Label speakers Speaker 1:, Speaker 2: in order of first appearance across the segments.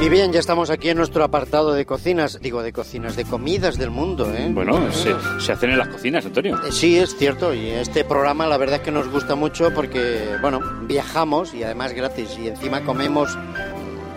Speaker 1: Y bien, ya estamos aquí en nuestro apartado de cocinas, digo de cocinas, de comidas del mundo, ¿eh?
Speaker 2: Bueno, se, se hacen en las cocinas, Antonio.
Speaker 1: Eh, Sí, es cierto, y este programa la verdad es que nos gusta mucho porque, bueno, viajamos y además gratis y encima comemos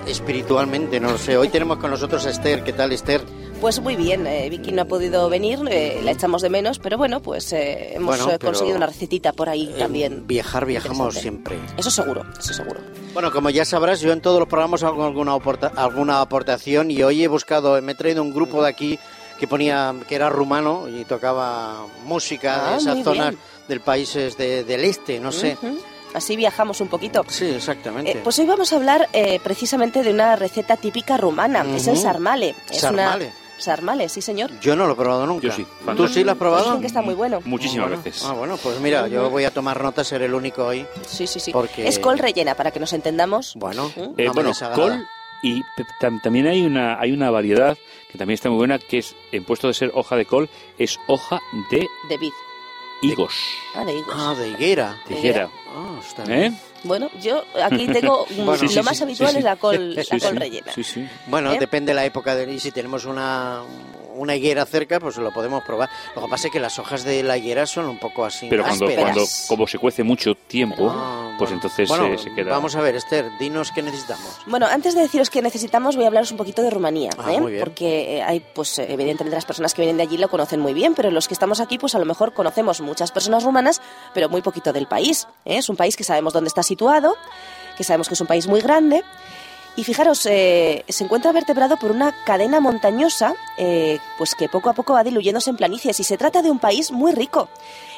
Speaker 1: espiritualmente, no lo sé. Hoy tenemos con nosotros a Esther, ¿qué tal Esther?
Speaker 3: Pues muy bien, eh, Vicky no ha podido venir, eh, la echamos de menos, pero bueno, pues eh, hemos
Speaker 1: Bueno,
Speaker 3: eh,
Speaker 1: pero-
Speaker 3: conseguido una recetita por ahí también.
Speaker 1: Viajar, viajamos
Speaker 3: Interesante.
Speaker 1: siempre.
Speaker 3: Eso seguro, eso seguro.
Speaker 1: Bueno, como ya sabrás, yo en todos los programas hago alguna, aporta- alguna aportación y hoy he buscado, me he traído un grupo de aquí que ponía que era rumano y tocaba música de
Speaker 3: Ah,
Speaker 1: esas
Speaker 3: muy
Speaker 1: zonas
Speaker 3: bien.
Speaker 1: del país de- del este, no sé.
Speaker 3: Ujú. Así viajamos un poquito.
Speaker 1: Sí, exactamente.
Speaker 3: Eh, pues hoy vamos a hablar eh, precisamente de una receta típica rumana, es el
Speaker 1: Ujú.
Speaker 3: sarmale. Es
Speaker 1: Sarmale.
Speaker 3: Una... Sarmale, sí señor.
Speaker 1: Yo no lo he probado nunca.
Speaker 2: Yo sí,
Speaker 1: ¿Tú
Speaker 2: fantástico.
Speaker 1: sí lo has probado?
Speaker 3: Dicen que está muy bueno.
Speaker 2: Muchísimas
Speaker 1: Ah, bueno.
Speaker 2: veces.
Speaker 1: Ah, bueno, pues mira, yo voy a tomar nota, ser el único hoy.
Speaker 3: Sí, sí, sí.
Speaker 1: Porque-
Speaker 3: Es col rellena, para que nos entendamos.
Speaker 1: Bueno, no
Speaker 2: Eh,
Speaker 1: me
Speaker 2: bueno,
Speaker 1: desagrada.
Speaker 2: col y pe- tam- también hay una, hay una variedad que también está muy buena, que es, en puesto de ser hoja de col, es hoja de
Speaker 3: De vid.
Speaker 2: higos.
Speaker 3: Ah, de higos.
Speaker 1: Ah, de higuera.
Speaker 2: Tijera.
Speaker 1: Ah, está bien.
Speaker 2: ¿Eh?
Speaker 3: Bueno, yo aquí tengo... mm,
Speaker 1: Bueno,
Speaker 3: lo
Speaker 1: sí, sí,
Speaker 3: más
Speaker 2: sí,
Speaker 3: habitual
Speaker 2: sí,
Speaker 3: es la
Speaker 2: sí.
Speaker 3: col,
Speaker 2: Sí,
Speaker 3: la col
Speaker 2: sí,
Speaker 3: rellena.
Speaker 2: Sí, sí.
Speaker 1: Bueno,
Speaker 3: ¿Eh?
Speaker 1: depende de la época del y si tenemos una, una higuera cerca, pues lo podemos probar. Lo que pasa es que las hojas de la higuera son un poco así.
Speaker 2: Pero cuando,
Speaker 1: ásperas.
Speaker 2: cuando, como se cuece mucho tiempo,
Speaker 1: Ah,
Speaker 2: pues
Speaker 1: bueno.
Speaker 2: entonces
Speaker 1: Bueno,
Speaker 2: eh, se queda...
Speaker 1: Vamos a ver, Esther, dinos qué necesitamos.
Speaker 3: Bueno, antes de deciros qué necesitamos, voy a hablaros un poquito de Rumanía,
Speaker 1: Ah,
Speaker 3: ¿eh?
Speaker 1: muy bien.
Speaker 3: porque eh, hay, pues, eh, evidentemente las personas que vienen de allí lo conocen muy bien, pero los que estamos aquí, pues a lo mejor conocemos muchas personas rumanas, pero muy poquito del país. ¿eh? Es un país que sabemos dónde está situado, que sabemos que es un país muy grande. Y fijaros, eh, se encuentra vertebrado por una cadena montañosa, eh, pues que poco a poco va diluyéndose en planicies. Y se trata de un país muy rico,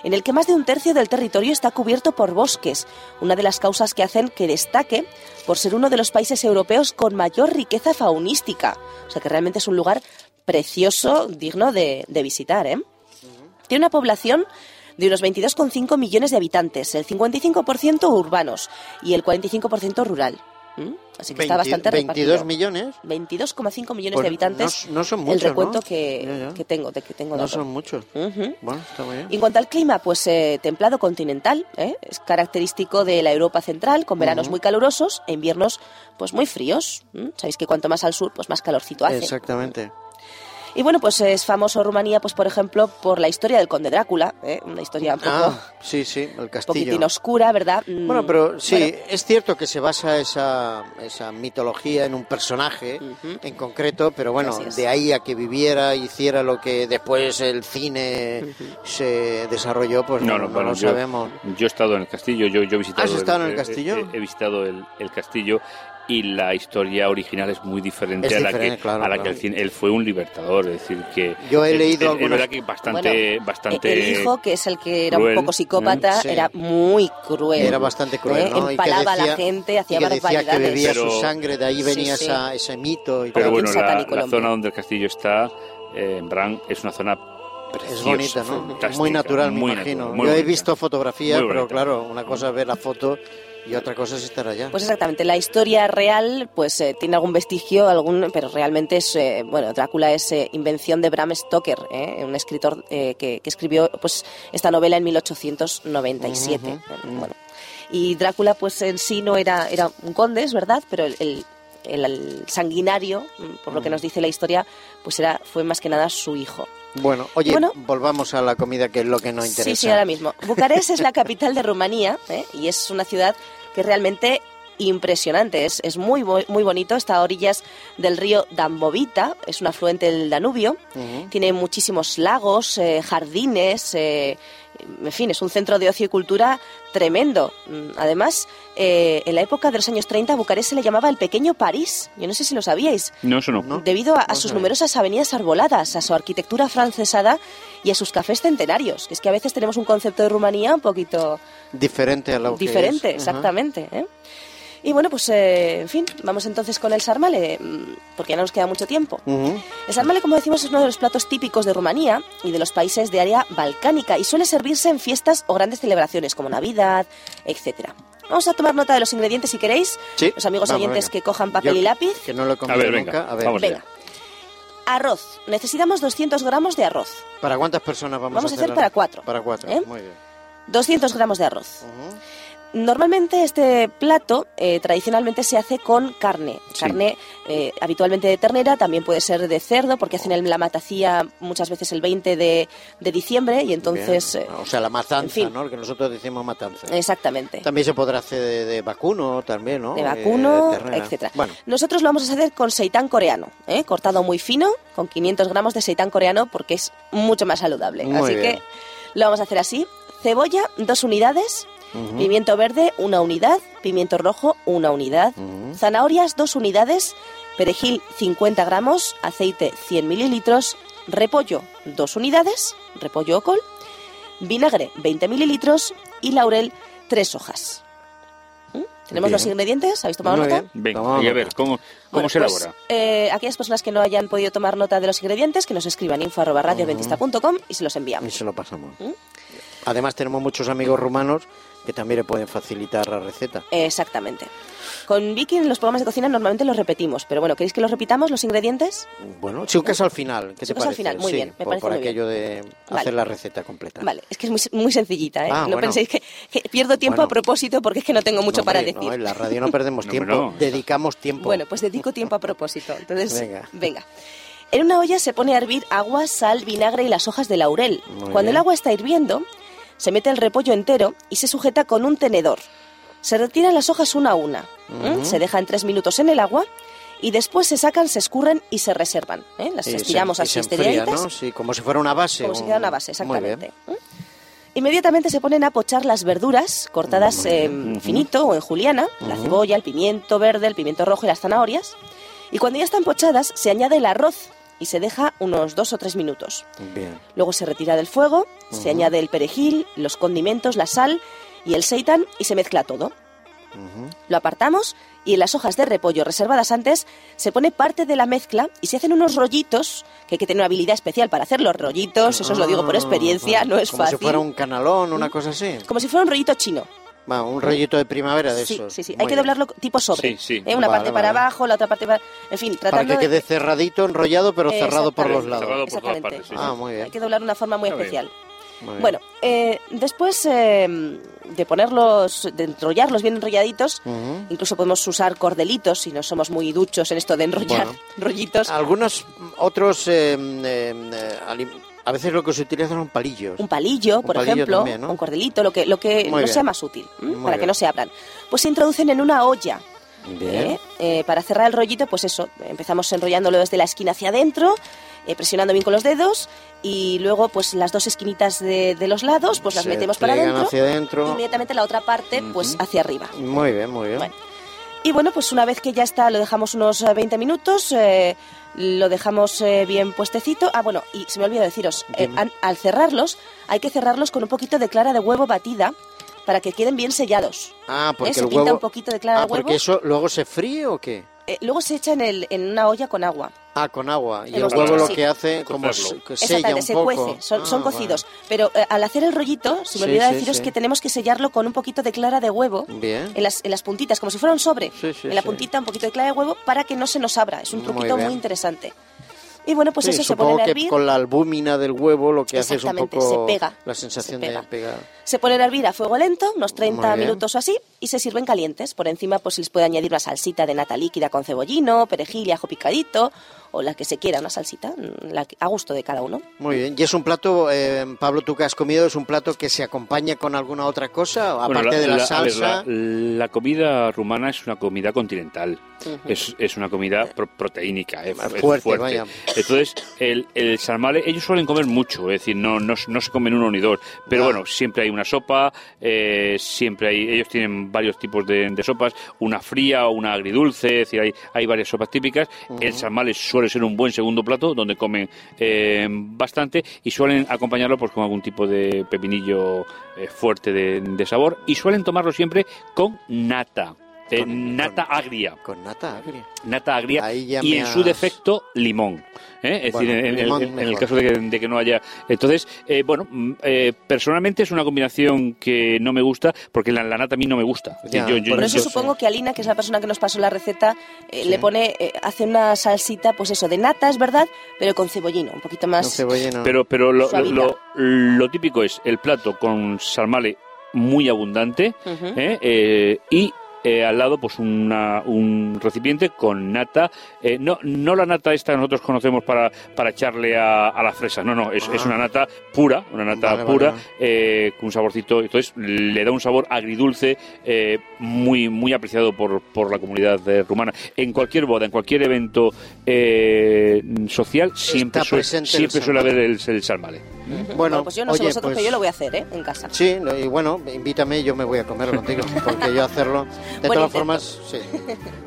Speaker 3: en el que más de un tercio del territorio está cubierto por bosques, una de las causas que hacen que destaque por ser uno de los países europeos con mayor riqueza faunística. O sea que realmente es un lugar precioso, digno de, de visitar, ¿eh? Tiene una población de unos 22,5 millones de habitantes, el 55% urbanos y el 45% rural. ¿Mm? Así que está
Speaker 1: 20
Speaker 3: bastante
Speaker 1: 22
Speaker 3: repartido.
Speaker 1: millones.
Speaker 3: 22,5 millones
Speaker 1: Pues
Speaker 3: de habitantes.
Speaker 1: no- no son muchos,
Speaker 3: El recuento
Speaker 1: ¿no?
Speaker 3: que,
Speaker 1: Ya, ya.
Speaker 3: que tengo, de que tengo.
Speaker 1: No
Speaker 3: dato.
Speaker 1: son muchos.
Speaker 3: Ujú.
Speaker 1: Bueno, está muy bien.
Speaker 3: Y en cuanto al clima, pues eh, templado continental, ¿eh? es característico de la Europa central, con veranos muy calurosos e inviernos pues muy fríos. ¿m? Sabéis que cuanto más al sur, pues más calorcito hace.
Speaker 1: Exactamente.
Speaker 3: Y bueno, pues es famoso Rumanía, pues por ejemplo, por la historia del conde Drácula, ¿eh? una historia un poco,
Speaker 1: Ah, sí, sí, el
Speaker 3: un poquitín
Speaker 1: castillo.
Speaker 3: oscura, ¿verdad? Mm,
Speaker 1: Bueno, pero sí,
Speaker 3: bueno,
Speaker 1: es cierto que se basa esa, esa mitología en un personaje
Speaker 3: Ujú.
Speaker 1: en concreto, pero bueno,
Speaker 3: Así es.
Speaker 1: de ahí a que viviera, hiciera lo que después el cine se desarrolló, pues no, no
Speaker 2: bueno,
Speaker 1: lo
Speaker 2: yo-
Speaker 1: sabemos.
Speaker 2: Yo he estado en el castillo, yo, yo he visitado...
Speaker 1: ¿Has estado en el castillo?
Speaker 2: He, he visitado el, el castillo y la historia original es muy diferente,
Speaker 1: Es
Speaker 2: a la
Speaker 1: diferente,
Speaker 2: que,
Speaker 1: claro,
Speaker 2: a la
Speaker 1: claro.
Speaker 2: que el cine- él fue un libertador, es decir, que...
Speaker 1: Yo he
Speaker 2: es-
Speaker 1: leído
Speaker 2: es- Es,
Speaker 1: algunos-
Speaker 2: verdad que bastante...
Speaker 3: bueno, e-,
Speaker 2: bastante
Speaker 3: El hijo, que es el que era
Speaker 2: cruel,
Speaker 3: un poco psicópata,
Speaker 1: ¿eh? Sí.
Speaker 3: era muy cruel.
Speaker 1: Era bastante cruel,
Speaker 3: ¿eh?
Speaker 1: ¿no? Y que
Speaker 3: Empalaba a
Speaker 1: decía-
Speaker 3: la gente, hacía
Speaker 1: y que decía que
Speaker 3: barbaridades.
Speaker 1: bebía
Speaker 2: Pero-
Speaker 1: su sangre, de ahí
Speaker 3: Sí,
Speaker 1: venía
Speaker 3: sí.
Speaker 1: Esa, ese mito. Y
Speaker 2: Pero
Speaker 1: tal.
Speaker 2: bueno, la,
Speaker 3: satánico el
Speaker 2: la
Speaker 3: hombre.
Speaker 2: zona donde el castillo está, eh, en Bran, es una zona preciosa.
Speaker 1: Es bonita, ¿no?
Speaker 2: fantástica,
Speaker 1: Muy natural, me
Speaker 2: muy
Speaker 1: imagino.
Speaker 2: natural,
Speaker 1: Yo
Speaker 2: muy
Speaker 1: he
Speaker 2: bonita.
Speaker 1: visto fotografías,
Speaker 2: Muy
Speaker 1: pero
Speaker 2: bonita.
Speaker 1: claro, una cosa es ver la foto y otra cosa es estar allá.
Speaker 3: Pues exactamente, la historia real pues eh, tiene algún vestigio, algún, pero realmente es, eh, bueno, Drácula es eh, invención de Bram Stoker, ¿eh? un escritor eh, que, que escribió pues esta novela en 1897.
Speaker 1: Ujú.
Speaker 3: eh, Bueno, y Drácula pues en sí no era, era un conde, es verdad, pero el, el- el- el sanguinario, mm, por lo que nos dice la historia, pues era, fue más que nada su hijo.
Speaker 1: Bueno, oye,
Speaker 3: Bueno.
Speaker 1: volvamos a la comida, que es lo que nos interesa.
Speaker 3: Sí, sí, ahora mismo. Bucarest es la capital de Rumanía ¿eh? y es una ciudad que realmente impresionante. Es, es muy, bo- muy bonito. Está a orillas del río Dambovita, es un afluente del Danubio.
Speaker 1: Ujú.
Speaker 3: Tiene muchísimos lagos, eh, jardines, eh, en fin, es un centro de ocio y cultura tremendo. Mm, Además, eh, en la época de los años 30, a Bucarest se le llamaba el pequeño París. Yo no sé si lo sabíais
Speaker 2: No, eso no.
Speaker 1: No.
Speaker 3: debido a, a
Speaker 1: No
Speaker 3: sus
Speaker 1: sabía.
Speaker 3: numerosas avenidas arboladas, a su arquitectura francesada y a sus cafés centenarios. Que es que a veces tenemos un concepto de Rumanía un poquito
Speaker 1: Diferente a lo que
Speaker 3: diferente,
Speaker 1: es. Ajá.
Speaker 3: exactamente. ¿eh? Y bueno, pues eh, en fin, vamos entonces con el sarmale, mm, porque ya no nos queda mucho tiempo.
Speaker 1: Ujú.
Speaker 3: El sarmale, como decimos, es uno de los platos típicos de Rumanía y de los países de área balcánica y suele servirse en fiestas o grandes celebraciones como Navidad, etc. Vamos a tomar nota de los ingredientes si queréis.
Speaker 1: Sí,
Speaker 3: Los amigos
Speaker 1: vamos,
Speaker 3: oyentes
Speaker 1: venga.
Speaker 3: que cojan papel
Speaker 1: Yo
Speaker 3: y lápiz.
Speaker 1: Que no lo he comido
Speaker 2: A ver, venga,
Speaker 1: nunca. A ver,
Speaker 2: vamos.
Speaker 3: Venga. Arroz. Necesitamos 200 gramos de arroz.
Speaker 1: ¿para cuántas personas vamos,
Speaker 3: Vamos a hacer ¿eh?
Speaker 1: la-
Speaker 3: para cuatro.
Speaker 1: Para cuatro,
Speaker 3: ¿Eh?
Speaker 1: muy bien.
Speaker 3: 200 gramos de arroz.
Speaker 1: Ujú.
Speaker 3: Normalmente este plato eh, tradicionalmente se hace con carne,
Speaker 2: Sí.
Speaker 3: carne eh, habitualmente de ternera, también puede ser de cerdo, porque hacen el- la matacía muchas veces el 20 de, de diciembre y entonces...
Speaker 1: Bien.
Speaker 3: eh,
Speaker 1: o sea, la matanza,
Speaker 3: en fin.
Speaker 1: ¿no? Que nosotros decimos matanza.
Speaker 3: Exactamente.
Speaker 1: También se podrá hacer de, de vacuno, también, ¿no?
Speaker 3: de
Speaker 1: Eh,
Speaker 3: vacuno,
Speaker 1: de ternera.
Speaker 3: etcétera.
Speaker 1: Bueno,
Speaker 3: Nosotros lo vamos a hacer con seitán coreano, ¿eh? cortado muy fino, con 500 gramos de seitán coreano porque es mucho más saludable.
Speaker 1: Muy
Speaker 3: así
Speaker 1: bien.
Speaker 3: que lo vamos a hacer así. Cebolla, dos unidades.
Speaker 1: Ujú.
Speaker 3: Pimiento verde, una unidad. Pimiento rojo, una unidad.
Speaker 1: Ujú.
Speaker 3: Zanahorias, dos unidades. Perejil, 50 gramos. Aceite, 100 mililitros. Repollo, dos unidades. Repollo o col. Vinagre, 20 mililitros. Y laurel, tres hojas. ¿Mm? ¿Tenemos
Speaker 1: Bien.
Speaker 3: los ingredientes? ¿Habéis tomado
Speaker 1: Muy
Speaker 3: nota?
Speaker 1: bien.
Speaker 2: Venga,
Speaker 1: Tomamos
Speaker 2: y a ver,
Speaker 1: nota.
Speaker 2: ¿cómo, cómo
Speaker 3: Bueno,
Speaker 2: se
Speaker 3: pues,
Speaker 2: elabora?
Speaker 3: eh, aquellas personas que no hayan podido tomar nota de los ingredientes, que nos escriban info arroba radioadventista.com y se los
Speaker 1: Y
Speaker 3: enviamos.
Speaker 1: se lo pasamos.
Speaker 3: ¿Mm?
Speaker 1: Además, tenemos muchos amigos rumanos que también le pueden facilitar la receta.
Speaker 3: Exactamente. Con Vicky en los programas de cocina normalmente los repetimos, pero bueno, ¿queréis que los repitamos los ingredientes?
Speaker 1: Bueno, chicas al final, ¿qué te
Speaker 3: Chicas
Speaker 1: parece?
Speaker 3: al final, muy
Speaker 1: Sí,
Speaker 3: bien, me
Speaker 1: por,
Speaker 3: parece
Speaker 1: por
Speaker 3: muy bien.
Speaker 1: aquello de
Speaker 3: Vale.
Speaker 1: hacer la receta completa.
Speaker 3: Vale, es que es muy, muy sencillita, ¿eh?
Speaker 1: Ah,
Speaker 3: no
Speaker 1: bueno.
Speaker 3: penséis que, que pierdo tiempo
Speaker 1: Bueno.
Speaker 3: a propósito porque es que no tengo mucho
Speaker 1: No,
Speaker 3: para
Speaker 1: hombre,
Speaker 3: decir.
Speaker 1: No, en la radio no perdemos
Speaker 2: No,
Speaker 1: tiempo,
Speaker 2: hombre, no.
Speaker 1: dedicamos tiempo.
Speaker 3: Bueno, pues dedico tiempo a propósito. Entonces,
Speaker 1: Venga.
Speaker 3: venga. En una olla se pone a hervir agua, sal, vinagre y las hojas de laurel.
Speaker 1: Muy
Speaker 3: Cuando
Speaker 1: bien.
Speaker 3: el agua está hirviendo, se mete el repollo entero y se sujeta con un tenedor. Se retiran las hojas una a una. ¿m?
Speaker 1: Ujú.
Speaker 3: Se dejan tres minutos en el agua y después se sacan, se escurren y se reservan. ¿eh? Las
Speaker 1: Y se-
Speaker 3: estiramos
Speaker 1: y
Speaker 3: así
Speaker 1: se enfría,
Speaker 3: estiraditas,
Speaker 1: ¿no? Sí, como si fuera una base.
Speaker 3: como si
Speaker 1: un-
Speaker 3: fuera una base,
Speaker 1: Muy bien.
Speaker 3: exactamente. ¿m? Inmediatamente se ponen a pochar las verduras cortadas
Speaker 1: Muy
Speaker 3: en finito o en juliana, la cebolla, el pimiento verde, el pimiento rojo y las zanahorias. Y cuando ya están pochadas, se añade el arroz y se deja unos dos o tres minutos.
Speaker 1: Bien.
Speaker 3: Luego se retira del fuego,
Speaker 1: Ujú.
Speaker 3: se añade el perejil, los condimentos, la sal y el seitan y se mezcla todo.
Speaker 1: Ujú.
Speaker 3: Lo apartamos y en las hojas de repollo reservadas antes se pone parte de la mezcla y se hacen unos rollitos, que hay que tener una habilidad especial para hacer los rollitos, Pues eso os lo digo por
Speaker 1: Ah,
Speaker 3: experiencia,
Speaker 1: bueno,
Speaker 3: no es
Speaker 1: como
Speaker 3: fácil. Mm.
Speaker 1: si fuera un canalón, una cosa así.
Speaker 3: Como si fuera un rollito chino.
Speaker 1: Va, un rollito de primavera de
Speaker 3: Sí,
Speaker 1: esos.
Speaker 3: sí, sí.
Speaker 1: Muy
Speaker 3: Hay que
Speaker 1: bien.
Speaker 3: doblarlo tipo
Speaker 2: Sí,
Speaker 3: sobre.
Speaker 2: sí.
Speaker 3: ¿eh? Una
Speaker 1: Vale,
Speaker 3: parte para
Speaker 1: vale.
Speaker 3: abajo, la otra parte para... En fin,
Speaker 1: Para
Speaker 3: tratando
Speaker 1: que
Speaker 3: de-
Speaker 1: quede cerradito, enrollado, pero cerrado por los
Speaker 3: Exactamente.
Speaker 1: lados.
Speaker 2: Cerrado por todas partes, sí,
Speaker 1: sí. Ah, muy bien.
Speaker 3: Hay que doblar de una forma muy
Speaker 2: Está bien.
Speaker 3: especial.
Speaker 1: Muy bien.
Speaker 3: Bueno, eh, después eh, de ponerlos, de enrollarlos bien enrolladitos,
Speaker 1: Ujú.
Speaker 3: incluso podemos usar cordelitos si no somos muy duchos en esto de enrollar
Speaker 1: Bueno.
Speaker 3: rollitos.
Speaker 1: Algunos mm, otros, eh, eh, eh, alim- a veces lo que se utilizan son palillos.
Speaker 3: Un palillo,
Speaker 1: Un
Speaker 3: por
Speaker 1: palillo
Speaker 3: ejemplo,
Speaker 1: también, ¿no?
Speaker 3: un cordelito, lo que, lo que
Speaker 1: Muy
Speaker 3: nos
Speaker 1: bien.
Speaker 3: sea más útil, ¿m?
Speaker 1: Muy
Speaker 3: para que
Speaker 1: bien.
Speaker 3: no se abran. Pues se introducen en una olla. ¿eh? Eh, para cerrar el rollito, pues eso, empezamos enrollándolo desde la esquina hacia adentro, eh, presionando bien con los dedos, y luego pues las dos esquinitas de, de los lados, pues las
Speaker 1: Se
Speaker 3: metemos para
Speaker 1: pliegan
Speaker 3: adentro,
Speaker 1: hacia
Speaker 3: y
Speaker 1: adentro.
Speaker 3: inmediatamente la otra parte pues
Speaker 2: Ujú.
Speaker 3: hacia arriba.
Speaker 1: Muy bien, muy bien.
Speaker 3: Bueno. Y bueno, pues una vez que ya está, lo dejamos unos eh, 20 minutos, eh, lo dejamos eh, bien puestecito. Ah, bueno, y se me olvidó deciros, eh,
Speaker 1: Dime.
Speaker 3: an- al cerrarlos, hay que cerrarlos con un poquito de clara de huevo batida para que queden bien sellados.
Speaker 1: Ah, porque
Speaker 3: ¿eh? Se
Speaker 1: el
Speaker 3: pinta
Speaker 1: huevo.
Speaker 3: un poquito de clara
Speaker 1: ah,
Speaker 3: de huevo.
Speaker 1: porque eso luego se fríe o qué?
Speaker 3: Eh, luego se echa en, el- en una olla con agua.
Speaker 1: Ah, con agua. Y
Speaker 3: En
Speaker 1: el
Speaker 3: los
Speaker 1: huevo
Speaker 3: huevos,
Speaker 1: lo
Speaker 3: sí.
Speaker 1: que hace como
Speaker 2: Cocerlo.
Speaker 1: se- que Pues sella
Speaker 3: Exactamente,
Speaker 1: un
Speaker 3: se
Speaker 1: poco.
Speaker 3: cuece, son,
Speaker 1: Ah,
Speaker 3: son
Speaker 1: vale.
Speaker 3: cocidos. Pero eh, al hacer el rollito, se me
Speaker 1: Sí,
Speaker 3: olvida
Speaker 1: sí,
Speaker 3: deciros
Speaker 1: sí.
Speaker 3: que tenemos que sellarlo con un poquito de clara de huevo
Speaker 1: Bien.
Speaker 3: en las, en las puntitas, como si fuera un sobre.
Speaker 1: Sí, sí,
Speaker 3: en la
Speaker 1: sí.
Speaker 3: puntita un poquito de clara de huevo para que no se nos abra. Es un
Speaker 1: Muy
Speaker 3: truquito muy,
Speaker 1: bien.
Speaker 3: interesante. Y bueno, pues
Speaker 1: Sí,
Speaker 3: eso se
Speaker 1: supongo
Speaker 3: pone a
Speaker 1: que
Speaker 3: hervir.
Speaker 1: con la albúmina del huevo lo que hace es un
Speaker 3: Exactamente,
Speaker 1: poco
Speaker 3: se pega,
Speaker 1: la sensación
Speaker 3: se pega.
Speaker 1: de pegar.
Speaker 3: Se ponen a hervir a fuego lento, unos
Speaker 1: Muy
Speaker 3: 30
Speaker 1: bien.
Speaker 3: minutos o así, y se sirven calientes. Por encima, pues se les puede añadir una salsita de nata líquida con cebollino, perejil y ajo picadito, o la que se quiera, una salsita, mm, la que- a gusto de cada uno.
Speaker 1: Muy bien. ¿Y es un plato, eh, Pablo, tú que has comido, es un plato que se acompaña con alguna otra cosa?
Speaker 2: Bueno,
Speaker 1: Aparte de la,
Speaker 2: a ver,
Speaker 1: salsa.
Speaker 2: la, la comida rumana es una comida continental.
Speaker 3: Ujú.
Speaker 2: es, es una comida pro- proteínica, es,
Speaker 1: Más
Speaker 2: es
Speaker 1: fuerte,
Speaker 2: fuerte.
Speaker 1: vaya.
Speaker 2: Entonces, el, el sarmale, ellos suelen comer mucho, es decir, no, no, se- no se comen uno ni dos. Pero
Speaker 1: Ya.
Speaker 2: bueno, siempre hay una sopa, eh, siempre hay. Ellos tienen varios tipos de, de sopas, una fría, una agridulce, es decir, hay, hay varias sopas típicas. El sarmale suele ser un buen segundo plato donde comen eh, bastante y suelen acompañarlo pues, con algún tipo de pepinillo eh, fuerte de, de sabor y suelen tomarlo siempre con nata. eh,
Speaker 1: Con-
Speaker 2: nata
Speaker 1: con-
Speaker 2: agria
Speaker 1: Con nata agria.
Speaker 2: nata agria
Speaker 1: Ahí ya
Speaker 2: y
Speaker 1: me
Speaker 2: en su
Speaker 1: has-
Speaker 2: defecto limón. ¿eh? Es
Speaker 1: Bueno,
Speaker 2: decir, en, en-
Speaker 1: limón
Speaker 2: en- en el
Speaker 1: mejor.
Speaker 2: caso de que, de que no haya. Entonces, eh, bueno, mm, eh, personalmente es una combinación que no me gusta porque la, la nata a mí no me gusta. Es decir,
Speaker 1: Ya,
Speaker 2: yo- yo-
Speaker 1: por
Speaker 3: Por eso
Speaker 2: yo-
Speaker 1: sí.
Speaker 3: supongo que Alina, que es la persona que nos pasó la receta, eh,
Speaker 1: Sí.
Speaker 3: le pone, eh, hace una salsita, pues eso, de nata, es verdad, pero con cebollino, un poquito
Speaker 1: No
Speaker 3: más.
Speaker 1: cebollino.
Speaker 2: pero pero lo, lo-
Speaker 3: Suavita.
Speaker 2: lo- lo típico es el plato con salmale muy abundante
Speaker 3: Ujú.
Speaker 2: ¿eh? Eh, y eh, al lado pues una- un recipiente con nata eh, no no la nata esta que nosotros conocemos para para echarle a, a las fresas no no es,
Speaker 1: Ah.
Speaker 2: es una nata pura una nata
Speaker 1: Vale, vale,
Speaker 2: pura
Speaker 1: vale.
Speaker 2: eh, con un saborcito entonces le da un sabor agridulce eh, muy muy apreciado por, por la comunidad eh, rumana en cualquier boda en cualquier evento eh, social siempre suele,
Speaker 1: presente el
Speaker 2: siempre suele
Speaker 1: salmale.
Speaker 2: haber el, el salmale
Speaker 1: Bueno,
Speaker 3: pues yo no sé
Speaker 1: oye,
Speaker 3: vosotros,
Speaker 1: pues-
Speaker 3: pero yo lo voy a hacer, ¿eh? En casa.
Speaker 1: Sí, no, y bueno, invítame y yo me voy a comer contigo, porque yo hacerlo. De
Speaker 3: Buen
Speaker 1: todas
Speaker 3: intento.
Speaker 1: formas, sí.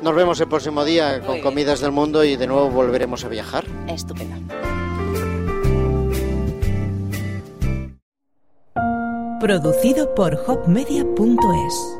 Speaker 1: Nos vemos el próximo día con
Speaker 3: bien.
Speaker 1: Comidas del Mundo y de nuevo volveremos a viajar.
Speaker 3: Estupendo.
Speaker 4: Producido por hopmedia.es.